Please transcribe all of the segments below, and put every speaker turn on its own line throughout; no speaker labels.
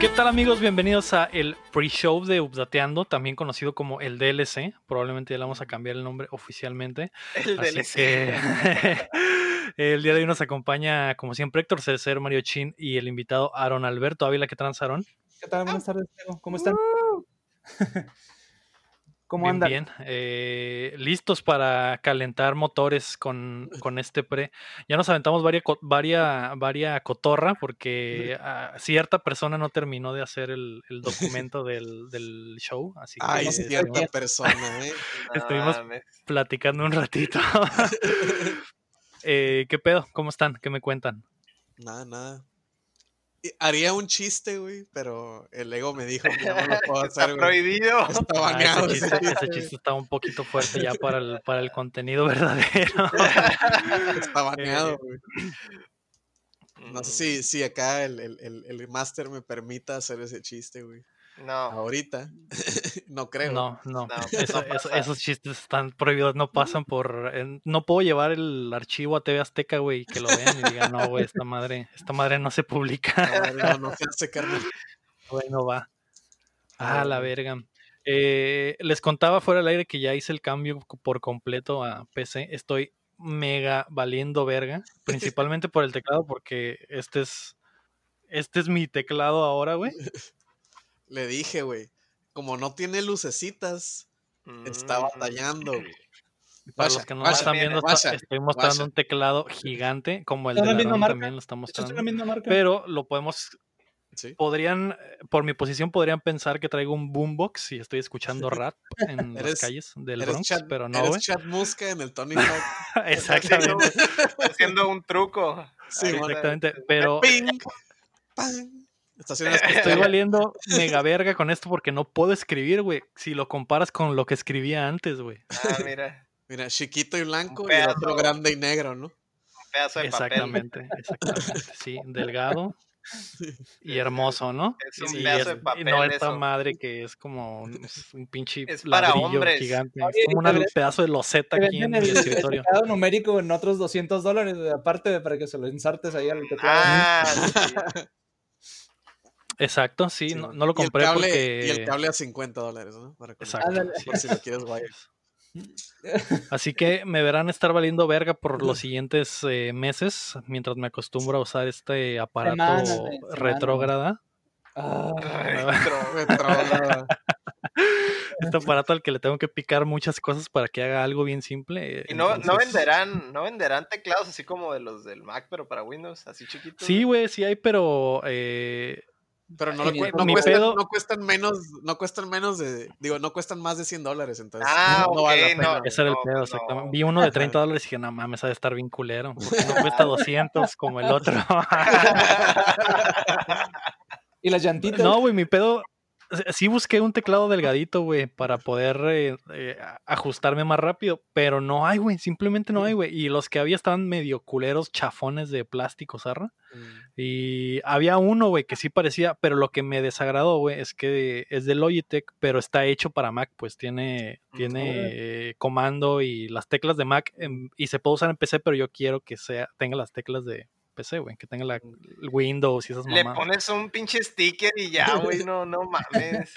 ¿Qué tal amigos? Bienvenidos a el pre-show de Updateando, también conocido como el DLC. Probablemente ya le vamos a cambiar el nombre oficialmente.
El
Así
DLC.
que el día de hoy nos acompaña, como siempre, Héctor Cecer, Mario Chin y el invitado Aaron Alberto Ávila. ¿Qué trans, Aaron?
¿Qué tal? Buenas tardes, Teo. ¿Cómo están? ¿Cómo
Bien,
andan?
bien. Eh, listos para calentar motores con, con este pre. Ya nos aventamos varias varia, varia cotorra porque ah, cierta persona no terminó de hacer el, el documento del, del show. Así que
Ay,
no se
cierta
puede.
persona, ¿eh?
Estuvimos-
mames.
platicando un ratito. Eh, ¿Qué pedo? ¿Cómo están? ¿Qué me cuentan?
Nada, nada. Y Haría un chiste, güey, pero el ego me dijo que no me lo puedo
Está
hacer, güey.
prohibido.
Está
Ah,
baneado.
ese, chiste,
ese
ese chiste está un poquito fuerte ya para el, para el contenido verdadero.
chiste Está
Eh,
baneado, güey. No sé si, si acá el, el, el, el máster me permita hacer ese chiste, güey.
No,
Ahorita. no creo.
No, no.
No, pues,
Eso-
no
eso-
pasa.
esos chistes están prohibidos, no pasan por... en- no puedo llevar el archivo a TV Azteca, güey, y que lo vean y digan, no, güey, esta madre, esta madre no se publica,
No, no, no se hace, carnal.
güey, no va. Ah, la verga. Eh, les contaba fuera del aire que ya hice el cambio c- por completo a PC. Estoy mega valiendo verga, principalmente por el teclado, porque este es... Este es mi teclado ahora, güey.
Le dije, güey. Como no tiene lucecitas, está
Mm.
batallando, güey.
Para
Vaya,
los que no lo
vaya,
están viendo, está-
vaya,
estoy mostrando
vaya.
un teclado gigante, como el
¿Es
de
la
la
misma
Ron
marca?
también lo está
¿Esto es
mostrando.
la misma marca?
Pero lo podemos,
Sí.
podrían, eh, por mi posición, podrían pensar que traigo un boombox y estoy escuchando rap en las
Eres-
calles del
Eres,
Bronx,
chat,
pero no,
eres
güey.
chat musca en el Tony Hawk.
Exactamente,
Está haciendo un truco.
Sí,
Ahí está.
exactamente. Pero
¡Ping! ¡Pang! Está haciendo las
estoy
costillas.
valiendo mega verga con esto porque no puedo escribir, güey. Si lo comparas con lo que escribía antes, güey.
Ah, mira,
Mira, chiquito y blanco
Un
y el
pedazo.
otro grande y negro, ¿no?
un pedazo de papel.
Exactamente, exactamente. Sí, delgado y hermoso, ¿no?
Es un
y,
pedazo de
y
papel
no esta
eso.
madre que es como un, es un pinche
Es para
ladrillo
hombres.
gigante.
Oye,
Es como
y te
un
ven-
pedazo de loseta
Te
aquí en
venden
el
el, el
escritorio.
teclado numérico en otros 200 dólares, aparte de para que se lo insertes ahí al teclado.
Ah, sí.
Exacto, sí,
Sí,
no,
güey.
no lo
Y el
compré
cable-
porque...
Y el cable a 50 dólares, ¿no? Para conectar,
Exacto.
Ándale.
sí,
por si lo quieres
así
guay.
es. Así que me verán estar valiendo verga por los siguientes eh, meses mientras me acostumbro a usar este aparato
Semanas, güey, semanas.
retrógrada.
Ah,
Retro.
Retrógrada.
Este aparato al que le tengo que picar muchas cosas para que haga algo bien simple. eh,
Y no, no
entonces-
venderán, no venderán teclados así como de los del Mac, pero para Windows, así chiquitos.
Sí, güey, sí hay, pero eh,
Pero no, lo
Mi-
cue- no
mi
cuestan,
pedo-
no cuestan menos, no cuestan menos de, digo, no cuestan más de 100 dólares, entonces
Ah,
no, no vale la
ok, no.
pena, güey.
ese era el
No,
pedo,
no.
exactamente. Vi uno de 30 dólares y dije, no mames, ha de estar bien culero. Porque no cuesta 200 como el otro.
y las llantitas.
no, güey, mi pedo. eh, Sí busqué un teclado delgadito, güey, para poder eh, eh, a- ajustarme más rápido, pero no hay, güey, simplemente no hay, güey. Y los que había estaban medio culeros, chafones de plástico, zarra.
Mm,
Y había uno, güey, que sí parecía, pero lo que me desagradó, güey, es que es de Logitech, pero está hecho para Mac, pues tiene, tiene eh, comando y las teclas de Mac em, y se puede usar en PC, pero yo quiero que sea, tenga las teclas de PC, güey, que tenga la el Windows y esas
Le
mamadas.
pones un pinche sticker y ya, güey, no, no mames.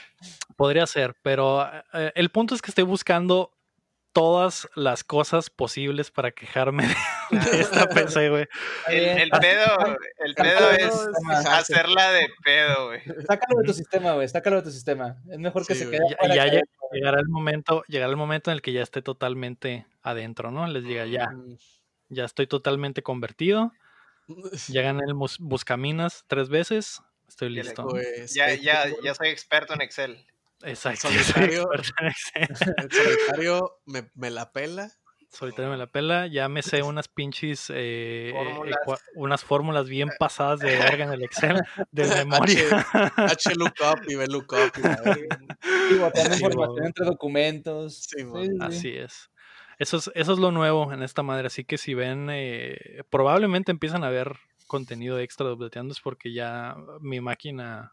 Podría ser, pero eh, el punto es que estoy buscando todas las cosas posibles para quejarme de esta PC, güey.
El, el pedo, el pedo
Ah,
es
no, es-
hacerla de pedo, güey.
Sácalo de tu sistema, güey. Sácalo de tu sistema. Es mejor que
Sí,
se
güey.
quede.
pues, ya-
fuera
ya
que-
lle- llegará el momento, llegará el momento en el que ya esté totalmente adentro, ¿no? Les diga, ya, ya estoy totalmente convertido. Llegan el mus- buscaminas tres veces, estoy
Ya le
listo.
güey,
Ya,
este,
ya, ya soy experto en Excel.
Exacto. soy
solitario.
experto en Excel.
El solitario me, me la pela.
Solitario me la pela, ya me sé unas pinches, eh,
Fórmulas.
ecua- unas fórmulas bien pasadas de verga en el Excel de memoria.
H, H lookup y B lookup. y la verga.
Y boteando
Sí,
información
güey.
entre documentos.
Sí,
Sí,
güey.
sí, sí.
Así es. Eso es, eso es lo nuevo en esta madre. Así que si ven, eh, probablemente empiezan a ver contenido extra de Updateando, es porque ya ah, mi máquina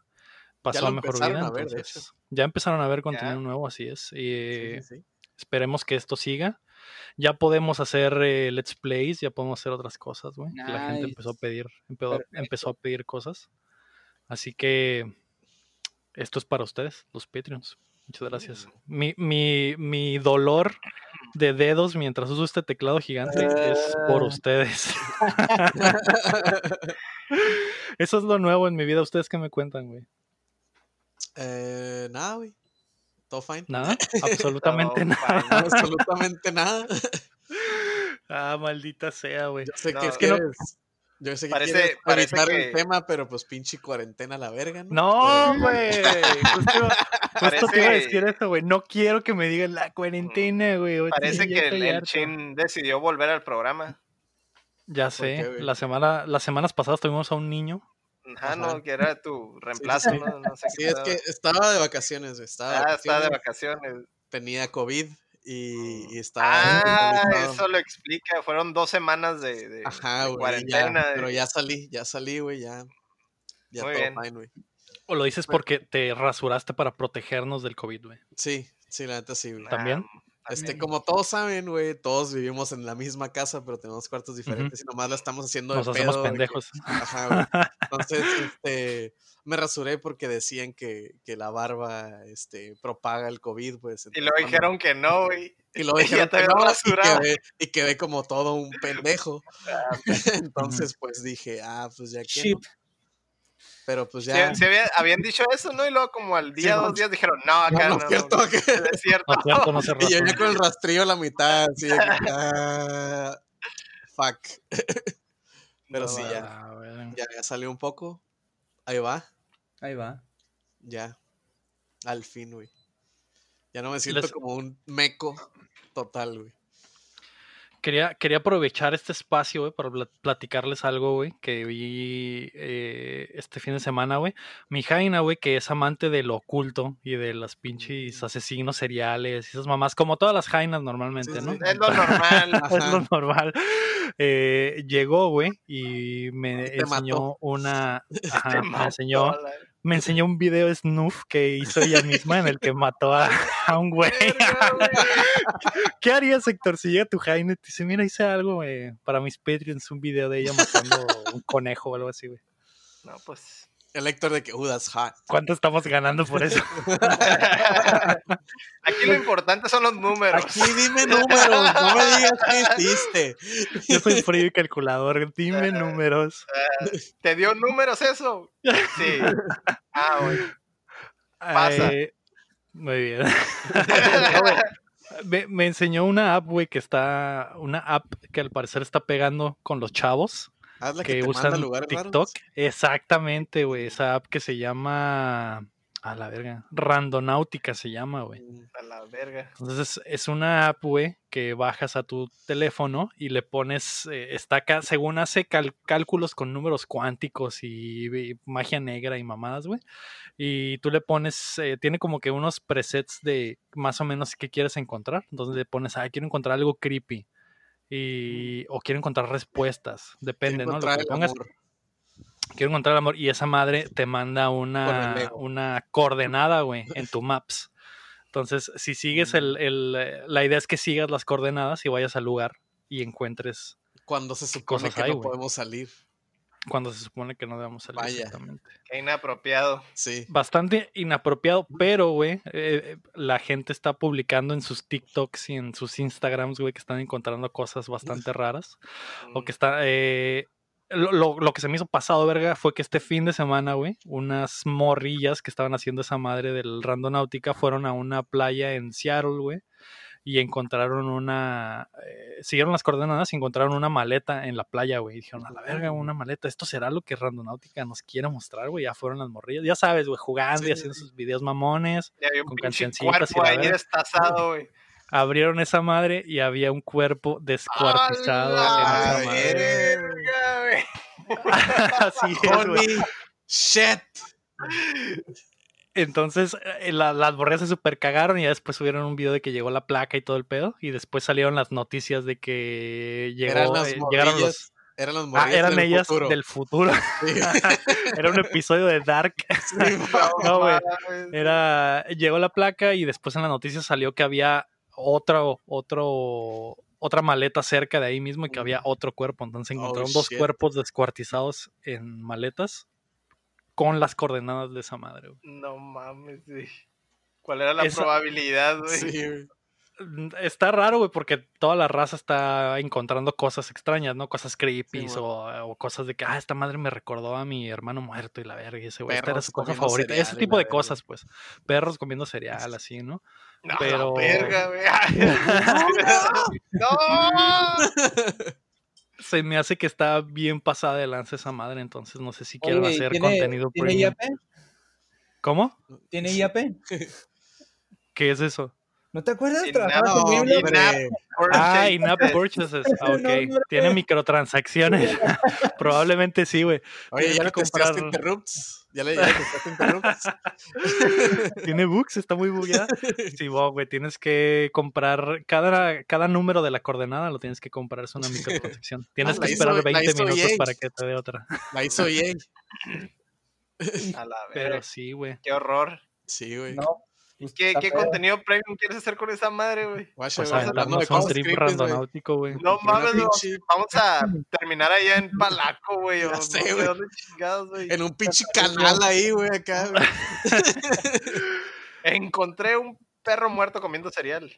pasó
lo
a mejor vida.
empezaron a ver, de
entonces, ya empezaron a ver contenido
Ya.
nuevo, así es. Y eh,
Sí, sí, sí.
esperemos que esto siga. Ya podemos hacer eh, let's plays, ya podemos hacer otras cosas, güey. que La gente
Nice.
empezó a pedir, empe- empezó,
Perfecto.
a pedir cosas. Así que Esto es para ustedes, los Patreons. Muchas gracias. Mi, mi, mi dolor de dedos mientras uso este teclado
Ah,
gigante es por ustedes. Eso es lo nuevo en mi vida. ¿Ustedes qué me cuentan, güey?
Eh, nada, güey. Todo fine.
Nada, absolutamente
No,
nada.
fine.
Absolutamente nada.
Ah, maldita sea, güey.
Yo sé
No,
que es
que no-
Yo sé que
Parece-
quieres
parece
evitar
que-
el tema, pero pues pinche cuarentena a la verga, ¿no?
No,
Pero-
güey. Justo, iba- justo te iba a
Parece- Mm,
decir eso, güey. No quiero que me digan la cuarentena, güey. Oye, ya
Parece que el,
estoy
el
harto.
Chin decidió volver al programa.
Ya
qué,
sé,
güey?
la semana, las semanas pasadas tuvimos a un niño.
Ajá,
Ajá.
no, que era tu reemplazo,
sí.
¿no? No sé
Sí,
qué
es
pedo.
que estaba de vacaciones, güey, Estaba de
Ah, está de
vacaciones,
vacaciones.
Tenía COVID y, y estaba.
Ah,
hospitalizado.
eso lo explica. Fueron dos semanas de, de- de
Ajá, güey. ya,
cuarentena. eh.
pero ya salí, ya salí, güey, ya. Ya
Muy
todo
bien.
fine, güey.
O lo dices porque te rasuraste para protegernos del COVID, güey.
Sí, sí, la neta sí, güey.
Ta- ¿También?
Este, como todos saben, güey, todos vivimos en la misma casa, pero tenemos cuartos diferentes y nomás la estamos haciendo
Nos
de
hacemos
pedo de que-
pendejos.
Ajá, güey. Entonces, este, me rasuré porque decían que, que la barba, este, propaga el COVID, pues.
Y
entonces,
luego
cuando-
dijeron que no, güey.
y luego
ya
dijeron
te
que
habías
no,
rasurado. Ah,
y quedé, y quedé como todo un pendejo. Entonces, pues dije, ah, pues ya que,
Shit.
pero pues
Sí,
ya.
sí había- habían dicho eso, ¿no? Y luego como al día,
Sí,
dos
no.
días dijeron, no,
No,
acá no.
no es
no,
cierto
no,
que-
no es cierto.
No es cierto, no se
Y
rasura.
llegué con el rastrillo a la mitad, así de que, ah, fuck. Pero
No,
sí, ya,
Ah, güey.
ya, ya salió un poco. Ahí va,
Ahí va.
ya. Al fin, güey. Ya no me siento
Les-
como un meco total, güey.
Quería, quería aprovechar este espacio, güey, para pla- platicarles algo, güey, que vi eh, este fin de semana, güey. Mi Jaina, güey, que es amante de lo oculto y de las pinches asesinos seriales y esas mamás, como todas las Jainas normalmente,
Mm. sí,
¿no?
sí.
Es lo normal.
es lo normal. Eh, llegó, güey, y me
Te mató.
enseñó una. ajá, me,
mató,
enseñó,
la
me enseñó un video de Snoof que hizo ella misma en el que mató a, a un güey.
verga, güey.
¿Qué harías, Héctor, si llega tu Jaime y te dice, mira, hice algo güey, para mis Patreons, un video de ella matando un conejo o algo así, güey?
No, pues.
El Héctor de que, uh, that's hot.
¿Cuánto estamos ganando por eso?
Aquí lo importante son los números.
Aquí dime números, no me digas qué hiciste.
Yo soy frío y calculador,
Ah,
dime números.
¿Te dio números eso? Sí. Ah, güey.
ah,
Pasa.
Eh, muy bien. No, güey, me, me enseñó una app, güey, que está. Una app que al parecer está pegando con los chavos
Haz la que,
que,
te manda a
usan
lugares
TikTok.
raros.
Exactamente, güey. Esa app que se llama. A la verga. Randonáutica se llama, güey.
A la verga.
Entonces es, es una app, güey, que bajas a tu teléfono y le pones, eh, está acá, según hace cal- cálculos con números cuánticos y, y magia negra y mamadas, güey. Y tú le pones, eh, tiene como que unos presets de más o menos qué quieres encontrar. Entonces le pones, ah, quiero encontrar algo creepy. Y, o quiero encontrar respuestas, depende, ¿no? Lo que
Encontrar
le
el
pongas,
amor.
quiero encontrar el amor. Y esa madre te manda
Con el
una,
Lego.
una coordenada, güey, en tu maps. Entonces, si
Mm.
sigues el, el, eh, la idea es que sigas las coordenadas y vayas al lugar y encuentres
Cuando se supone
cosas
que
hay,
no
güey?
podemos salir.
cuando se supone que no debemos salir.
Vaya.
exactamente.
Qué inapropiado.
Sí.
Bastante inapropiado, pero, güey, eh, eh, la gente está publicando en sus TikToks y en sus Instagrams, güey, que están encontrando cosas bastante raras.
Mm,
O que está. eh, lo, lo- lo que se me hizo pasado, verga, fue que este fin de semana, güey, unas morrillas que estaban haciendo esa madre del Randonáutica fueron a una playa en Seattle, güey. Y encontraron una. eh, siguieron las coordenadas y encontraron una maleta en la playa, güey. Y dijeron, a la verga, una maleta. Esto será lo que Randonáutica nos quiere mostrar, güey. Ya fueron las morrillas. Ya sabes, güey, jugando y
Sí.
haciendo sus videos mamones
Ya había un
con
pinche
cancioncitas y
cuerpo
la
ahí
verga.
destazado, güey.
abrieron esa madre y había un cuerpo descuartizado
¡A
en
la
esa madre.
Ah, verga, güey!
Así es, güey.
Holy shit.
Entonces, eh, la- las borreas se super cagaron y ya después subieron un video de que llegó la placa y todo el pedo. Y después salieron las noticias de que
Eran
llegó,
las
eh, llegaron los.
morrillas- Eran las
Ah,
morrillas
eran
del
ellas
futuro.
del futuro.
Sí.
Era un episodio de Dark. No, güey.
mames.
Era, llegó la placa y después en la noticia salió que había otro, otro, otra maleta cerca de ahí mismo y que había otro cuerpo. Entonces
Mm. Oh,
encontraron dos
shit.
cuerpos descuartizados en maletas. con las coordenadas de esa madre, güey.
No mames, güey. ¿Cuál era la
Esa-
probabilidad, güey?
Sí, güey.
Está raro, güey, porque toda la raza está encontrando cosas extrañas, ¿no? Cosas creepy
Sí, güey.
o, o cosas de que, ah, esta madre me recordó a mi hermano muerto y la verga, y ese güey, esta era
Perros
su cosa
comiendo
favorita.
cereal
Ese
y
tipo
la
de
verga.
cosas, pues. Perros comiendo cereal, así, ¿no?
No,
Pero-
la verga, güey.
Ah,
no.
Se me hace que está bien pasada de lanza esa madre, entonces no sé si quieren
Oye, ¿y
hacer
tiene-
contenido
¿Tiene
premium.
IAP?
¿Cómo?
¿Tiene IAP?
¿Qué es eso?
¿No te acuerdas?
Sin
Trabajaba
nada,
No,
con Gabriel.
hombre.
hombre.
Ah, in-app purchases. Ah,
No,
ok.
hombre.
Tiene microtransacciones. Probablemente sí, güey.
Oye,
Tienes
¿ya
que
le testeaste
comprar-
Interrupts? ¿Ya le, ya le testeaste Interrupts?
Tiene bugs, está muy bugueada. Sí, vos, güey, tienes que comprar cada, cada número de la coordenada, lo tienes que comprar, es una microtransacción. Tienes
Ah,
que
la
esperar
hizo- la
20
hizo
minutos
EA.
para que te dé otra.
La hizo EA.
A la verga.
Pero sí, güey.
Qué horror.
Sí, güey.
No, pues,
¿Qué,
está
qué
feo.
contenido premium quieres hacer con esa madre, güey?
Guacha,
Pues
güey, hablando
aventarnos
de
un
cosas
trip
creepy, güey.
randonáutico, güey.
No
Una
mames, no.
pinche-
Vamos a terminar allá en Palaco, güey. o
Ya
no
sé,
sé
güey.
dónde chingados, güey.
En un pinche canal ahí, güey, acá. güey.
Encontré un perro muerto comiendo cereal.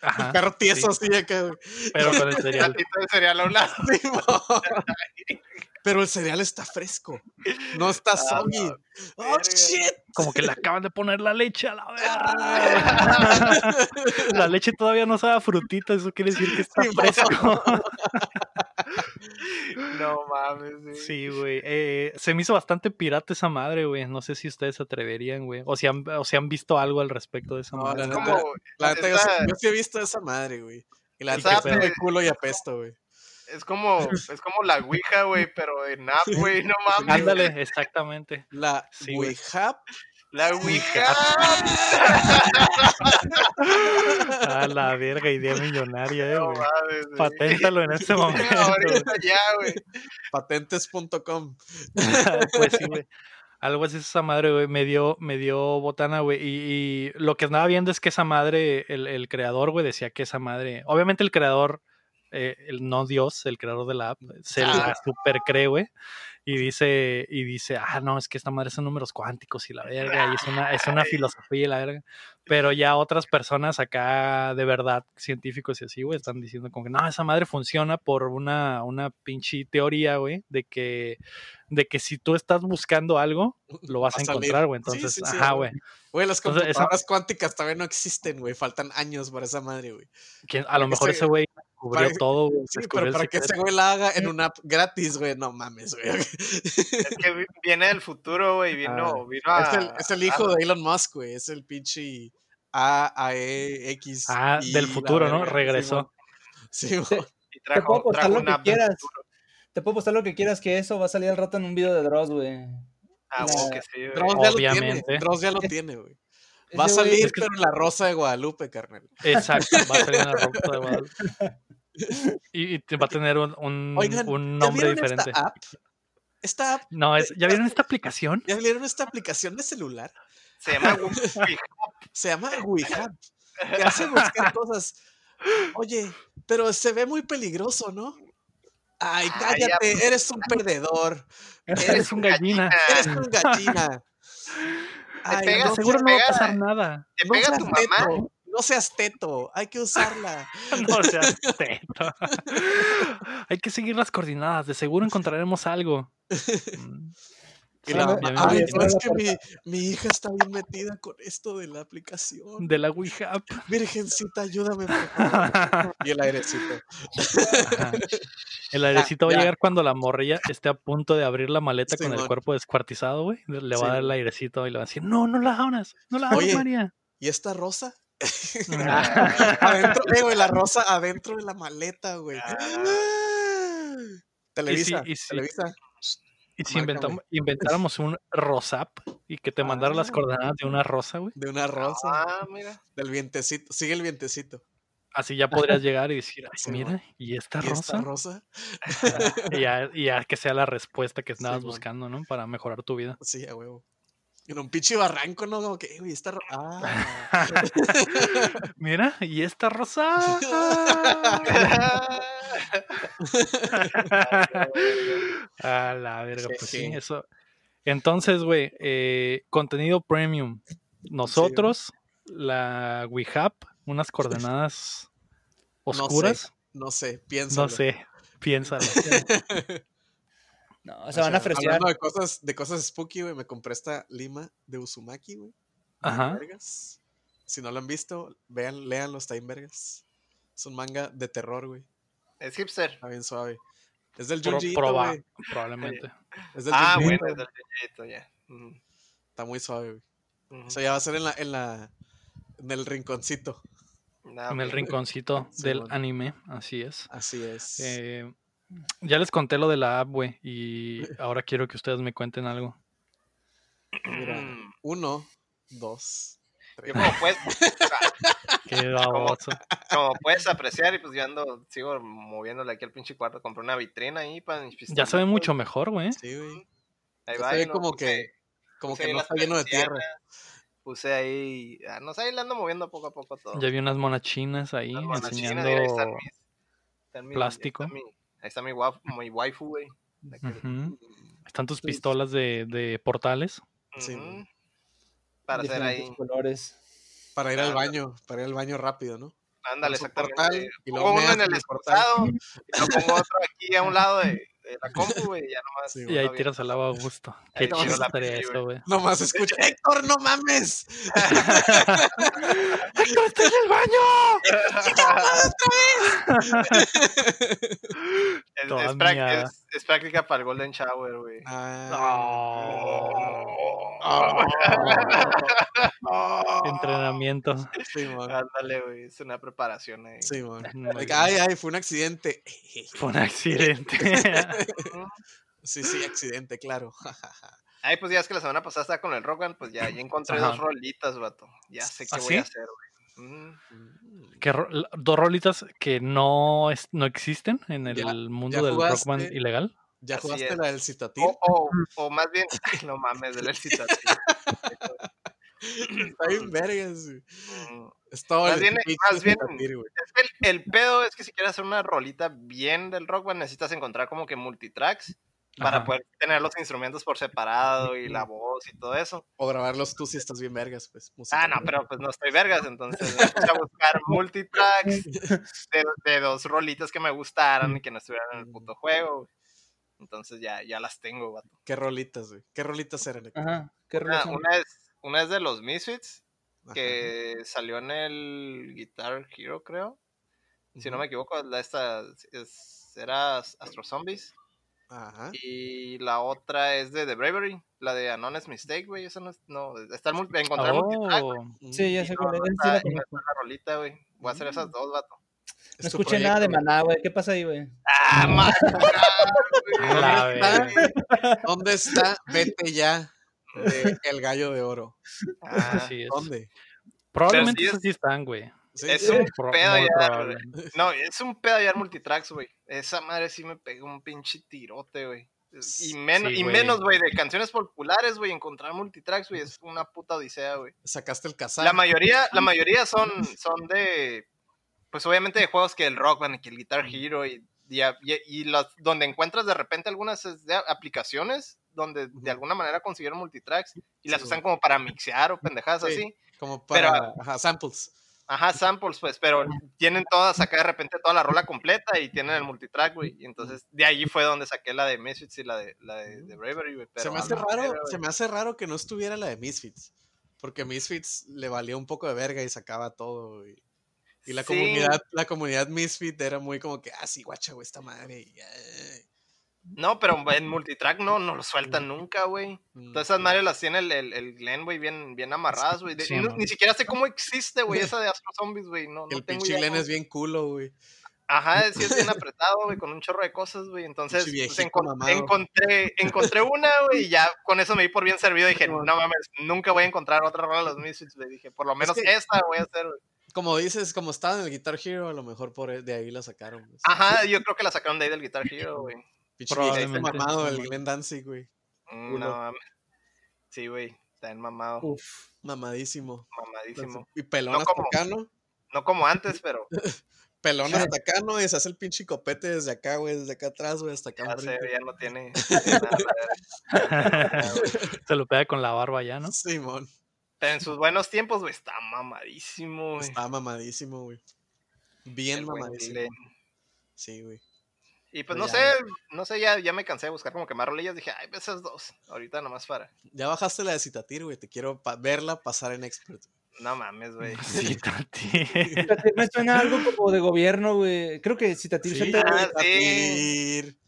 Ajá,
Perro tieso así acá, güey.
pero con el cereal.
Platito de cereal a un lado.
Pero el cereal está fresco. No
Ah,
está soggy. ¡Oh,
verga.
shit!
Como que le acaban de poner la leche a la verga. La leche todavía no sabe a frutita, eso quiere decir que está
Sí, mo.
fresco.
No mames, güey.
Sí, güey. Eh, se me hizo bastante pirata esa madre, güey. No sé si ustedes se atreverían, güey. O si han, o si han visto algo al respecto de esa
No,
madre.
la
Es
neta,
como,
La neta, yo, sí-
Esa-
yo sí he visto esa madre, güey. Y la
¿Y
neta,
qué
me
pedo?
de culo y apesto, güey.
es como, es como la Ouija, güey, pero en app, güey, no mames.
Ándale, exactamente.
La
Sí, güey.
Ouija.
La Ouija.
A la verga, idea millonaria, eh,
No
güey.
mames, güey.
Paténtalo en este momento. güey.
Ahorita ya, güey.
Patentes.com.
pues sí, güey. Algo así es esa madre, güey. Me dio, me dio botana, güey. Y, y lo que andaba viendo es que esa madre, el, el creador, güey, decía que esa madre. Obviamente el creador, eh, el no Dios, el creador de la app, se la
Ah.
super cree, güey. Y dice, y dice, ah, no, es que esta madre son números cuánticos y la verga, y es una, es una filosofía y la verga. Pero ya otras personas acá, de verdad, científicos y así, güey, están diciendo como que no, esa madre funciona por una, una pinche teoría, güey, de que, de que si tú estás buscando algo, lo vas a,
Va a salir.
encontrar, güey.
Sí,
Entonces,
sí, sí,
ajá,
a
güey.
Güey, las
Entonces, esa-
computadoras cuánticas todavía no existen, güey. Faltan años para esa madre, güey.
Que A lo mejor
Ese-
ese güey descubrió
para-
todo, güey.
Sí,
descubrió
pero
el
para que ese
secreto.
güey la haga en una app gratis, güey. No mames, güey.
Es que vi- viene del futuro, güey. Vino, vino a.
es, el, es
ah.
el hijo de Elon Musk, güey. Es el pinche E AAEX.
Ah, del futuro, ¿no? Regresó.
Sí, güey.
y
Te puedo
trajo,
apostar
trajo
lo
una.
que quieras. Te puedo apostar lo que quieras que eso va a salir al rato en un video de Dross, güey.
Ah,
No.
huevo que sí, güey.
Dross ya lo tiene.
Obviamente.
Dross ya lo tiene, güey. Va a
Ese güey-
salir, pero en la rosa de Guadalupe, carnal.
Exacto, va a salir en la ropa de Guadalupe. Y, y te va a tener un, un-
Oigan,
un
¿ya
nombre
vieron
diferente.
Esta app? Esta app,
No, es, ¿ya vieron esta aplicación?
¿ya vieron esta aplicación de celular?
Se llama Ouija.
Se llama WeHub. Te hace buscar cosas. Oye, pero se ve muy peligroso, ¿no? Ay,
Ay, ya,
cállate, eres un perdedor. Eres,
eh,
Eres un gallina.
eres un gallina. Ay,
pegas
no,
un-
Seguro no va a
pega-
pasar nada.
Te
no
pega
seas
tu mamá.
teto, no seas teto, hay que usarla.
No seas teto. Hay que seguir las coordenadas. De seguro encontraremos algo. Mm,
Y
Sí,
la
ya
mamá,
me
"Ay,
imagino.
no, Ah, es que mi, mi hija está bien metida con esto de la aplicación.
De la Ouija. app.
Virgencita, ayúdame, por favor. Y el airecito.
Ajá. El airecito va
ya.
a llegar cuando la morrilla esté a punto de abrir la maleta con el
Simón.
cuerpo descuartizado, güey. Le va
Sí.
a dar el airecito y le va a decir, no, no la abras, no la abras,
Oye.
María.
¿Y esta rosa?
Ah,
Adentro, eh, güey, la rosa adentro de la maleta, güey. ¡Ah! Televisa,
y si-
Televisa.
y si inventam-
márcame.
inventáramos un rosap y que te mandara las
Ah.
coordenadas de una rosa, güey.
De una rosa,
Ah, mira.
del vientecito. Sigue el vientecito.
Así ya podrías llegar y decir, "Ay,
Simón.
mira, ¿y esta
¿Y esta
rosa?
rosa?
Y ya, y ya que sea la respuesta que estabas
Simón.
buscando, ¿no? Para mejorar tu vida.
Sí, a huevo. En un pinche barranco, ¿no? Como que, "Eh, güey, esta rosa. Ah,
Mira, ¿y esta rosa? A la verga,
Sí,
pues sí,
sí.
eso. Entonces, güey, eh, contenido premium. Nosotros, la WeHap, unas coordenadas
No sé,
oscuras.
No sé,
No
piénsalo.
sé, piénsalo.
No,
O
se van
sea,
a fresear.
Hablando de cosas, de cosas spooky, güey, me compré esta lima de Uzumaki, güey. bien
Ajá.
vergas. Si no lo han visto, vean, léanlo, está bien vergas. Es un manga de terror, güey.
Es hipster.
Está bien suave. Es del
Pro-
Junji Ito,
proba-
güey.
probablemente.
Es del
ah,
Junji
bueno,
Ito.
es del Yoyito, ya. Ujú,
Está muy suave, güey.
ujú.
Eso ya va a ser en la, en la, en el rinconcito.
Nah, pues,
En el
Ah, ok.
rinconcito del
Simón.
anime, así es.
Así es.
Eh, ya les conté lo de la app, güey, y ahora quiero que ustedes me cuenten algo.
Mira,
Mm.
uno, dos, tres.
Yo como puedes,
Qué baboso.
como puedes apreciar, y pues yo ando, sigo moviéndole aquí al pinche cuarto. Compré una vitrina ahí para mis
Ya se ve mucho mejor, güey.
Sí, güey.
Ahí
Ya
va,
se
y
ve
no,
como
puse-
que, como
puse
que
ahí
no
las
está lleno de tierra.
Puse ahí, ah, no sé, ahí le ando moviendo poco a poco todo.
Ya vi unas monachinas ahí
Las monas chinas,
enseñando.
mira, ahí están mis- están mis-
plástico.
Ahí está mi, ahí está mi, waf- mi waifu, güey. La que-
Ujú. Están tus
Sí.
pistolas de, de portales.
Sí,
Ujú.
güey.
Para hacer
diferentes
ahí.
colores.
Para ir al
Claro.
baño, para ir al baño rápido, ¿no?
Ándale,
Pones un
exactamente.
portal y luego
Pongo uno
meas
en
en
el
el portal.
excusado y lo pongo otro aquí a un lado de, de la compu, güey. y Ya nomás.
Sí,
todo
Y ahí
bien.
tiras al agua a gusto.
Ahí
Qué
nomás
chido
la
estaría
peli,
eso, güey.
Nomás escucha, Héctor, no mames.
¡Héctor, está en el baño!
Es,
Toda
es prac-
miada.
es- es práctica para el Golden Shower, güey.
Ah,
Oh,
No. Entrenamiento.
Simón,
Ándale, güey. Es una preparación eh. ahí.
Simón.
Muy
Like,
bien.
ay, ay, fue un accidente.
Fue un accidente.
Sí, sí, accidente, claro.
Ay, pues ya es que la semana pasada estaba con el Rogan, pues ya, ya encontré
Ajá.
dos rolitas, vato. Ya sé
¿Ah,
qué voy
sí?
a hacer, güey. Mm,
Que ro- la- dos rolitas que no, es- no existen en el
Ya-
mundo
ya
del
jugaste.
Rockman ilegal.
¿Ya
Así
jugaste
es. Oh,
la del citatil?
O, o- o más bien, ay, no mames, del excitante.
Está bien vergas, güey.
Mm.
Es todo
Más
el
bien-
pinche
más bien-
citatil, güey.
Es que el, el pedo es que si quieres hacer una rolita bien del rock, band, necesitas encontrar como que multitracks para
Ajá.
poder tener los instrumentos por separado y la voz y todo eso.
O grabarlos tú si estás bien vergas, pues.
Ah, no,
musicalmente.
pero pues no estoy vergas, entonces me puse a buscar multitracks de, de dos rolitas que me gustaran y que no estuvieran en el puto juego. güey. Entonces ya, ya las tengo, vato.
¿Qué rolitas, güey? ¿Qué rolitas eran? Héctor?
Ajá. ¿Qué
Una,
relación?
una es, una es de los Misfits,
Ajá.
que salió en el Guitar Hero, creo. Si no
Ujú.
me equivoco, la esta es- era Astro Zombies.
Ajá.
Y la otra es de The Bravery, la de Anonymous Mistake, güey. Esa no es. No, está el multi, encontrar multitrack, güey,
Oh,
Sí, ya
y
sé
no,
cuál es.
no
sí
está-
la
y no
conozco.
está la rolita, güey. Voy a hacer esas dos, vato.
Es
No
tu
escuché nada de
proyecto,
maná, güey. ¿Qué pasa ahí, güey?
¡Ah, madre!
A la verga.
güey. ¿Dónde está Vete ya de El Gallo de Oro?
Ah,
así es.
¿Dónde?
Probablemente
sí es-
esas sí están, güey.
Sí,
Es
sí.
un
Pro-
pedo
muy
ya,
probable.
güey. No, es un pedo hallar multitracks, güey. Esa madre sí me pegó un pinche tirote, güey. Y, menos,
Sí,
y
güey.
menos, güey, de canciones populares, güey, encontrar multitracks, güey, es una puta odisea, güey.
Sacaste el
La
casal.
mayoría, la mayoría son, son de, pues obviamente de juegos que el Rock Band, que el Guitar Hero y, y, a- y- y las- donde encuentras de repente algunas es de aplicaciones donde
Ujú.
de alguna manera consiguieron multitracks y las
Sí,
usan como para mixear o pendejadas
Sí.
así.
Como
pero-
para ajá, samples.
Ajá, samples, pues, pero tienen todas acá de repente toda la rola completa y tienen el multitrack, güey. Y entonces de ahí fue donde saqué la de Misfits y la de, la de, de Bravery, güey.
Mm. se
pero
me
a
hace
la
raro,
verga,
se
güey.
me hace raro que no estuviera la de Misfits, porque Misfits le valía un poco de verga y sacaba todo y, y la
Sí.
comunidad, la comunidad Misfit era muy como que, ah, sí, guacha, güey, esta madre. y, eh,
No, pero en multitrack no, no lo sueltan nunca, güey.
mm,
Todas esas madres las tiene el, el, el Glenn, güey, bien, bien amarradas, güey. De-
Sí,
no-
man.
ni siquiera sé cómo existe, güey, esa de Astro Zombies, güey. No,
que
no
el
tengo
pinche
idea
Glenn
cómo-
es bien culo, güey.
Ajá, sí es bien apretado, güey, con un chorro de cosas, güey. Entonces,
Pinche
pues,
viejito
encon-
mamado.
encontré, encontré una, güey, y ya con eso me di por bien servido. Dije, no mames, nunca voy a encontrar otra rola de los Misfits, güey. Dije, por lo menos
que-
esta voy a hacer, güey.
Como dices, como estaba en el Guitar Hero, a lo mejor por e- de ahí la sacaron. pues.
Ajá, yo creo que la sacaron de ahí del Guitar Hero, güey.
Pinche viejito
probablemente,
mamado, el
mamá.
Glenn Danzig, güey.
Mm, No
Culo.
mames. Sí, güey, está bien mamado,
Uf.
Mamadísimo.
mamadísimo.
Y pelonas
como-
por acá, ¿no?
No como antes, pero
Pelón hasta acá, ¿no? Y se hace el pinche copete desde acá, güey, desde acá atrás, güey, hasta acá.
Ya,
hombre.
sé, ya no tiene. nada.
Se lo pega con la barba ya, ¿no?
Simón,
Pero en sus buenos tiempos, güey, está mamadísimo, güey.
está mamadísimo, güey. Bien
El buen
mamadísimo.
Dylan.
Sí, güey.
Y pues
Pues
no
ya.
sé, no sé, ya, ya me cansé de buscar como que más rolillas. Dije, ay, pues esas dos. Ahorita nomás para.
Ya bajaste la de Citatir, güey. Te quiero pa- verla pasar en Expert.
No mames, güey.
Sí, Tati.
Citatir Me suena algo como de gobierno, güey. Creo que Citatir
Sí,
se te-
Ah,
Citatir.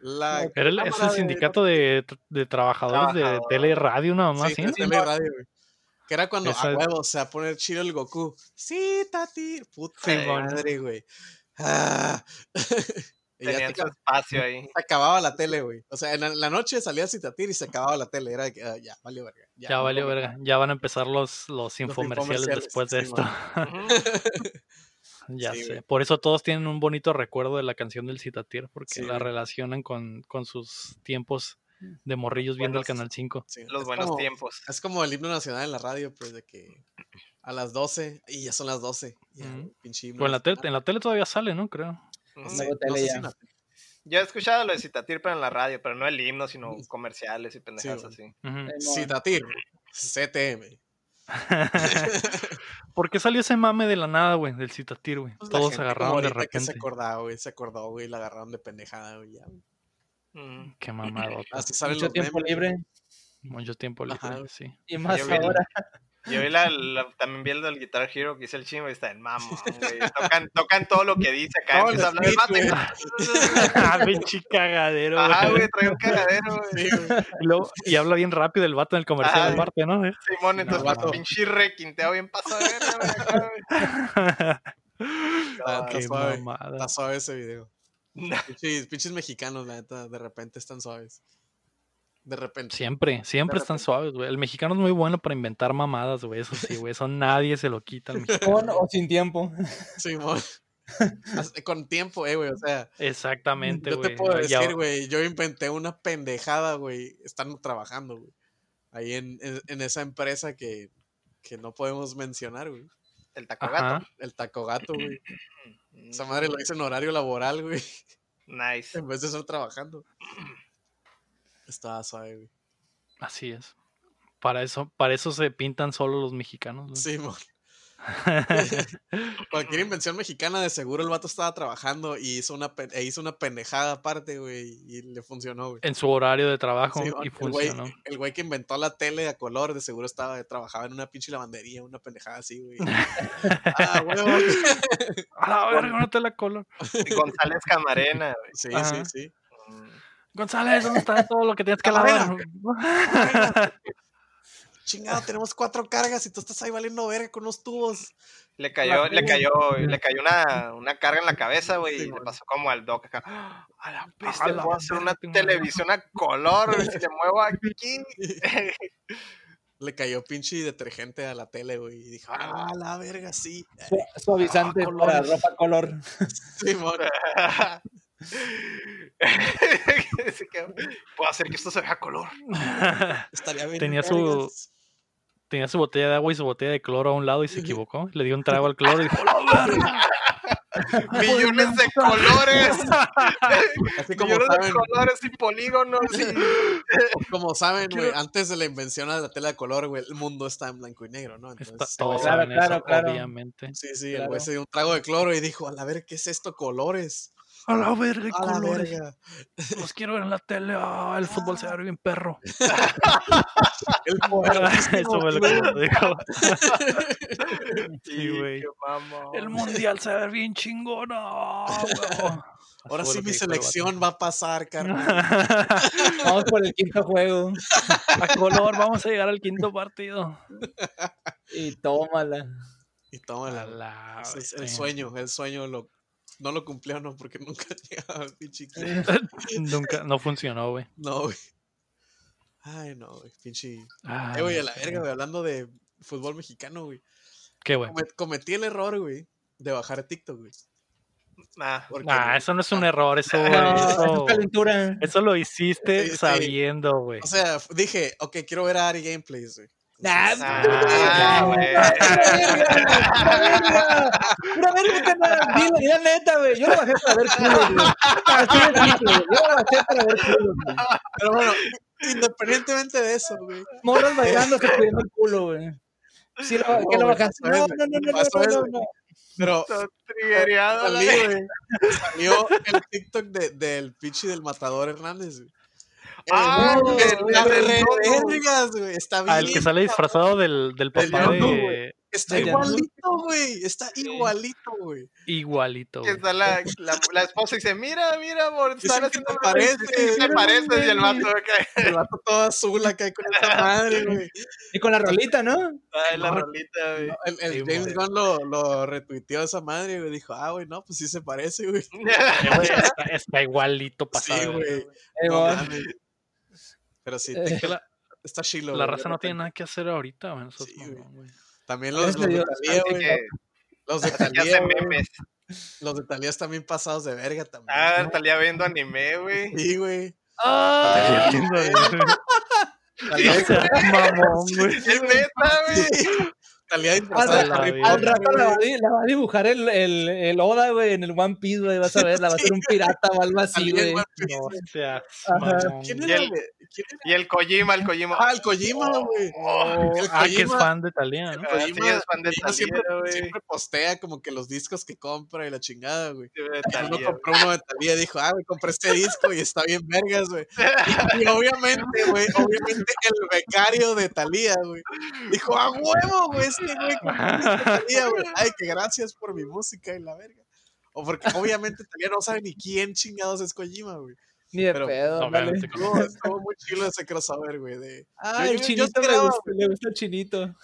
La
No,
Era el- es el
cámara de-
sindicato de, de trabajadores de
Trabajador.
tele y radio, nada más,
Sí,
¿sí?
de tele y radio, güey. Que era cuando
¿eh? Esa-
a huevo se va a poner chido el Goku. Sí, Tati. Puta
Simón.
madre, güey. Ah. Y ya
Tenían
se,
su espacio ahí.
se acababa la tele, güey. O sea, en la, la noche salía Citatir y se acababa la tele. Era de que, ah, ya, valió verga.
Ya,
no
valió
puedo-
verga. Ya van a empezar los, los infomerciales
infomerciales,
después de
sí,
esto.
Ujú.
ya
Sí,
sé.
güey.
Por eso todos tienen un bonito recuerdo de la canción del Citatir, porque
Sí, Mm.
la
güey.
relacionan con, con sus tiempos de morrillos viendo el
Buenos-
Canal 5.
Sí,
Los
es
buenos
como-
tiempos.
Es como el himno nacional en la radio, pues de que a las 12 y ya son las 12. Ya,
Ujú.
güey, pinche himno
O en la, tele,
nacional. Ah,
en la tele todavía sale, ¿no? Creo.
Ujú.
sé. Luego tele
sé
ya.
si en la tele.
Yo he escuchado lo de Citatir, pero en la radio, pero no el himno, sino comerciales y pendejadas
güey.
así.
Ujú.
Eh, no,
Citatir, CTM.
¿Por qué salió ese mame de la nada, güey? Del Citatir, güey.
Pues la
Todos se
gente como
agarraron de
ahorita que
repente.
se acordaba, güey, se acordó, güey, la agarraron de pendejada, güey. ya, güey.
Ujú.
Qué mamadota.
Así salen
Mucho
los
tiempo
memes.
libre
Mucho tiempo libre,
Ajá, güey.
sí.
y más
Yo vi-
ahora.
Yo vi la, la- también vi el del Guitar Hero que hice el chingo y está en mamón, güey. Tocan, tocan todo lo que dice acá.
Todo el
empieza a hablar
speech,
el vato
ah, pinche cagadero,
y-
güey.
Ajá, güey, trae un cagadero, güey.
Sí, güey.
Y luego- y habla bien rápido el vato en el
Ajá,
comercial
güey.
aparte, ¿no?
Simón, entonces,
No, vato.
pinche requinteado bien pasado, de verga, güey, acá, güey.
Está- está
Qué
suave,
mamada.
está suave ese video.
No.
Pinches, pinches mexicanos, la neta, de repente están suaves. De repente.
Siempre, siempre
De
están
repente.
suaves, güey. El mexicano es muy bueno para inventar mamadas, güey. Eso sí, güey. Eso nadie se lo quita. al mexicano.
Con o sin tiempo.
Simón. Hasta- Con tiempo, eh, güey, o sea.
Exactamente,
Mm, Yo
güey. Ah,
te puedo
Ya-
decir, güey, yo inventé una pendejada, güey, estando trabajando, güey. Ahí en, en- en esa empresa que, que no podemos mencionar, güey.
El
Ajá.
taco gato. Mm,
El taco gato, güey. Esa madre lo hice en horario laboral, güey.
Nice.
En vez de estar trabajando. Estaba suave, güey.
Así es. Para eso, para eso se pintan solo los mexicanos. güey.
Sí, mon. Cualquier invención mexicana, de seguro el vato estaba trabajando y hizo una, pen- e hizo una pendejada aparte, güey, y le funcionó, güey.
En su horario de trabajo
Sí,
y
el güey-
funcionó.
El güey que inventó la tele a color, de seguro estaba, trabajaba en una pinche lavandería, una pendejada así, güey. ah, huevo.
A la verga, no te la colo.
Y González Camarena, güey.
Sí,
Ajá.
sí, sí.
Mm.
González, ¿dónde está todo lo que tienes que
A la
lavar?
Chingado, tenemos cuatro cargas y tú estás ahí valiendo verga con unos tubos.
Le cayó, le
pena.
cayó, le cayó una, una carga en la cabeza, güey, y le
Simón.
pasó como al doc acá. ¡Ah! A la peste,
A la
puedo hacer una
verga.
televisión a color, güey, si le muevo aquí.
Le cayó pinche detergente a la tele, güey. Y dijo, ah, la verga, sí.
Su- Suavizante
Ah,
para
colores.
ropa color.
Simón.
Se quedó, Puedo hacer que esto se vea a color.
Estaría bien.
Tenía su-
vergas".
Tenía su botella de agua y su botella de cloro a un lado y se equivocó. Le dio un trago al cloro y dijo,
Ah,
"A la verga".
Millones de colores,
Así como
millones de
saben,
colores y polígonos. Y...
como saben, güey, antes de la invención de la tele de color, güey, el mundo está en blanco y negro, ¿no?
Está
ese
todo
güey-
Claro,
en
claro,
eso,
claro.
obviamente.
Sí, sí, el güey
Claro.
se dio un trago de cloro y dijo, a la verga, ¿qué es esto? Colores.
A la verga,
A la
colores.
verga.
Los quiero ver en la tele. Ah, el fútbol se abre bien perro.
El
Eso fue lo que nos dijo. Sí,
Y
güey.
qué mamón.
El mundial se ve bien chingón. ah, huevo. Eso
Ahora
fue
sí
lo
mi
que dijo el vato.
selección va a pasar, carnal.
Vamos por el quinto juego.
A color, vamos a llegar al quinto partido.
Y tómala.
Y tómala.
A la
Ese es el
verga.
sueño, el sueño lo, no lo cumplió, no, porque nunca llegaba al pinche equipo.
Nunca, no funcionó, güey.
No, güey. Ay, no, güey, pinche.
Ah,
Eh, güey, a
no
la
sé.
verga, güey, hablando de fútbol mexicano, güey.
Qué bueno.
Come- Cometí el error, güey, de bajar TikTok, güey.
Ah,
porque-
Ah, eso no es un error, eso,
No,
eso,
es calentura.
eso lo hiciste
Sí, sí.
sabiendo, güey.
O sea, f- dije, ok, quiero ver a Ari Gameplays, güey.
Ah,
¡Nah!
güey.
¡Pura verga! ¡Pura verga! ¡Pura verga, carnal! Dile, dile la neta, güey. Yo lo bajé para ver culo, güey. Así de simple, güey. Yo lo bajé para ver culo, güey.
Pero bueno, independientemente de eso, güey.
Morras bailando, se pidiendo el culo, güey. Sí, lo, que lo
güey,
bajaste. No,
pasó
no, no,
eso,
no, no,
pasó
no,
eso,
no, no.
Pero
Todo triggereado, la
salí,
neta.
güey. Salió el TikTok de- del pichi del matador Hernández, güey.
Ah,
güey,
güey,
está
güey,
re
güey.
vergas, güey. Está bien.
Al Ah, que sale disfrazado del, del
Del
papá
Yondo,
de-
güey. Está
Del
igualito, güey. Está igualito, güey.
Igualito.
Que
güey.
está la, la, la esposa y dice, mira, mira, amor, están
Dicen que
haciendo
te
una-
pareces.
dicen que te pareces y el vato acá,
El vato todo azul acá con esta madre, güey.
Y con la rolita, ¿no?
ay, la rolita, güey.
El, el
Sí,
James
madre.
Gunn lo, lo retuiteó a esa madre, güey. Dijo, ah, güey, no, pues sí se parece, güey.
Eh, güey, está, está igualito pasado.
Sí,
güey.
güey.
Ahí
No
va.
mames. Pero sí,
Eh,
Es que la,
está chilo.
la
güey,
raza no
de
tiene nada Este que hacer ahorita, güey. eso es
Sí, güey.
mamón, güey.
repente. También los,
Gracias
los
a
de
Dios.
Thalía,
Así
güey.
que,
Los de
así que
Thalía,
hace
güey.
memes.
Los de Thalía están bien pasados de verga también.
Ah,
¿no?
salía viendo anime, güey.
Sí, güey.
Ah,
Talía,
mamón, güey.
Es neta, güey.
Talía
Al,
disfrazada de
la
ra-
Harry
vida.
al
Potter.
rato la va,
güey.
a di- la va a dibujar el, el, el Oda, güey, en el One Piece, güey. Vas a ver, la va a hacer un pirata o algo así,
Talía en
güey.
One Piece.
No seas
Ajá.
mamón,
¿Quién
güey.
era?
Y
el
el-
de- ¿Quién era?
Y el Kojima, el Kojima.
Ah, el Kojima, güey.
Oh,
El
Ah, que es
Kojima-
fan de Talía, ¿no?
ah, sí,
Kojima-
es fan de
Kojima siempre,
Thalía, güey.
siempre postea como que los discos que compra y la chingada, güey.
De
Uno
Thalía, güey.
compró uno de Talía y dijo, ah, güey, compré este disco y está bien vergas, güey. Y, y obviamente, güey, obviamente el becario de Talía, güey, dijo, a huevo, güey, este güey compró este Thalía, güey. Ay, que gracias por mi música y la verga. O porque obviamente Talía no sabe ni quién chingados es Kojima, güey.
Ni de
Pero,
pedo, dale.
Obviamente,
Estuvo, estuvo muy chido ese crossover, güey. De...
Ah,
Yo-
el
yo- yo
chinito me
esperaba,
gusta, le gusta el chinito.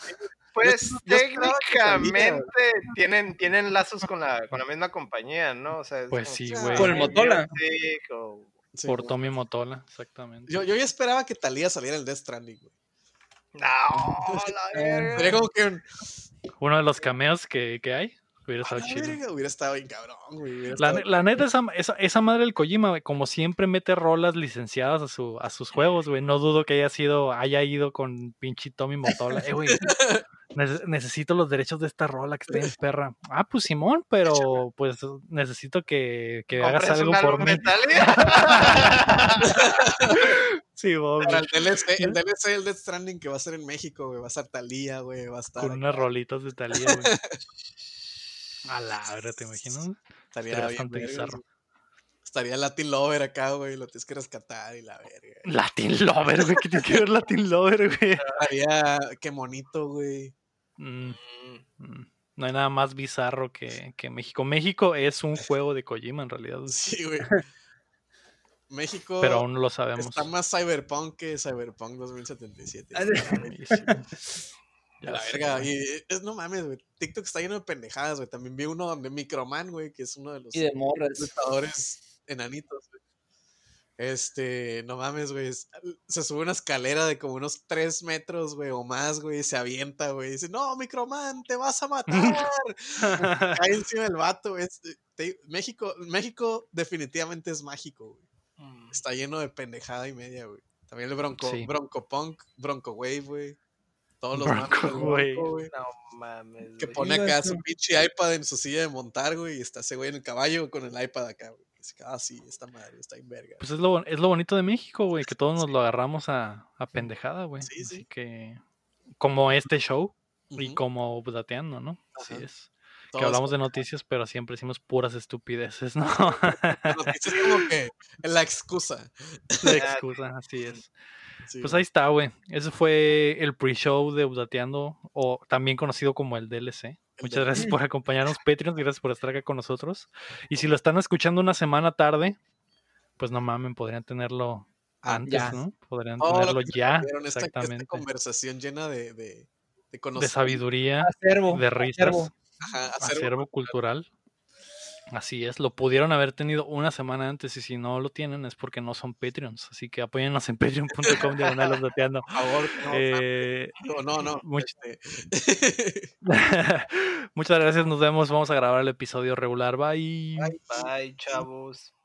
Pues
yo esperaba que Thalía, güey.
técnicamente tienen, tienen lazos con la, con la misma compañía, ¿no? O sea, es
Pues
como-
sí,
Ah,
güey.
Por el Motola.
Music o-
Sí,
Por
güey.
Tommy Motola, exactamente.
yo, yo ya esperaba que Talía saliera el Death Stranding, güey.
No, la verga.
Sería como que un,
Uno de los cameos que, que hay. Hubiera
"A
estado
la
chido.
verga", hubiera estado bien cabrón, güey. hubiera
La, ne-
estado-
la neta, esa, esa, esa madre del Kojima, güey, como siempre mete rolas licenciadas a, su, a sus juegos, güey. No dudo que haya sido, haya ido con pinche Tommy Motola. Eh, güey, nece- necesito los derechos de esta rola que está en perra. Ah, pues Simón, pero pues necesito que, que hagas
Compras
algo
un
por
álbum
mí.
de Thalía.
Simón,
Para
güey,
el DLC, el DLC del Death Stranding que va a ser en México, güey. Va a estar Talía, güey. Va a estar.
con unas rolitas de Talía, güey. A la verga, ¿te imaginas?
Estaría
estaría
bien
bastante
vergas,
bizarro.
güey. Estaría Latin Lover acá, güey. Lo tienes que rescatar y la verga.
Latin Lover, güey. ¿Qué tiene que ver Latin Lover, güey?
Estaría. Qué bonito, güey.
Mm. Mm, No hay nada más bizarro que, que México. México es un juego de Kojima en realidad,
Sí, güey. México
pero aún no lo sabemos.
está más Cyberpunk que Cyberpunk 2077.
Ah,
Y sí, güey.
A
Ya
la
sé,
verga.
güey.
Y es, no mames, güey. TikTok está lleno de pendejadas, güey. También vi uno donde Microman, güey, que es uno de los
Y de morras.
luchadores enanitos, güey. Este, no mames, güey. es- Se sube una escalera de como unos 3 metros, güey, o más, güey. y Se avienta, güey. y Dice, no, Microman, te vas a matar. Cae encima del vato, güey. es- te- México, México definitivamente es mágico, güey. Está lleno de pendejada y media, güey. También el Bronco,
Sí.
Bronco Punk, Bronco Wave, güey. Todos los
Bronco
mames del
Wave.
güey.
No mames.
Que
güey.
pone
Chinga
acá
su-
su pinche iPad en su silla de montar, güey, y está ese güey en el caballo con el iPad acá, güey. Así que, ah, sí, esta madre, está en verga.
Pues es lo, bon- es lo bonito de México, güey, que todos nos lo agarramos a, a pendejada, güey.
Sí, sí.
Así que, como este show y
Ujú.
como Dateando, ¿no? Así
Ajá.
es.
Todos
Que hablamos de noticias, pero siempre decimos puras estupideces, ¿no?
las noticias como que la excusa.
La excusa, así es.
Sí,
Pues
güey.
ahí está, güey. Ese fue el pre-show de Updateando, o también conocido como el DLC. Muchas
DLC.
gracias por acompañarnos, Patreons. Gracias por estar acá con nosotros. Y si lo están escuchando una semana tarde, pues no mamen, podrían tenerlo
Ah,
antes,
ya.
¿no? Podrían
Todo lo
tenerlo
que
ya.
Vieron esta, esta
Exactamente.
conversación llena de, de, de
de
conocimiento,
sabiduría,
Acervo.
de risas,
acervo.
ajá, hacer-
acervo cultural. Así es, lo pudieron haber tenido una semana antes y si no lo tienen es porque no son Patreons. Así que apóyennos en patreon.com diagonal updateando.
por favor, no,
Eh,
no, no, no,
much-
este.
Muchas gracias, nos vemos. Vamos a grabar el episodio regular. Bye.
Bye, chavos.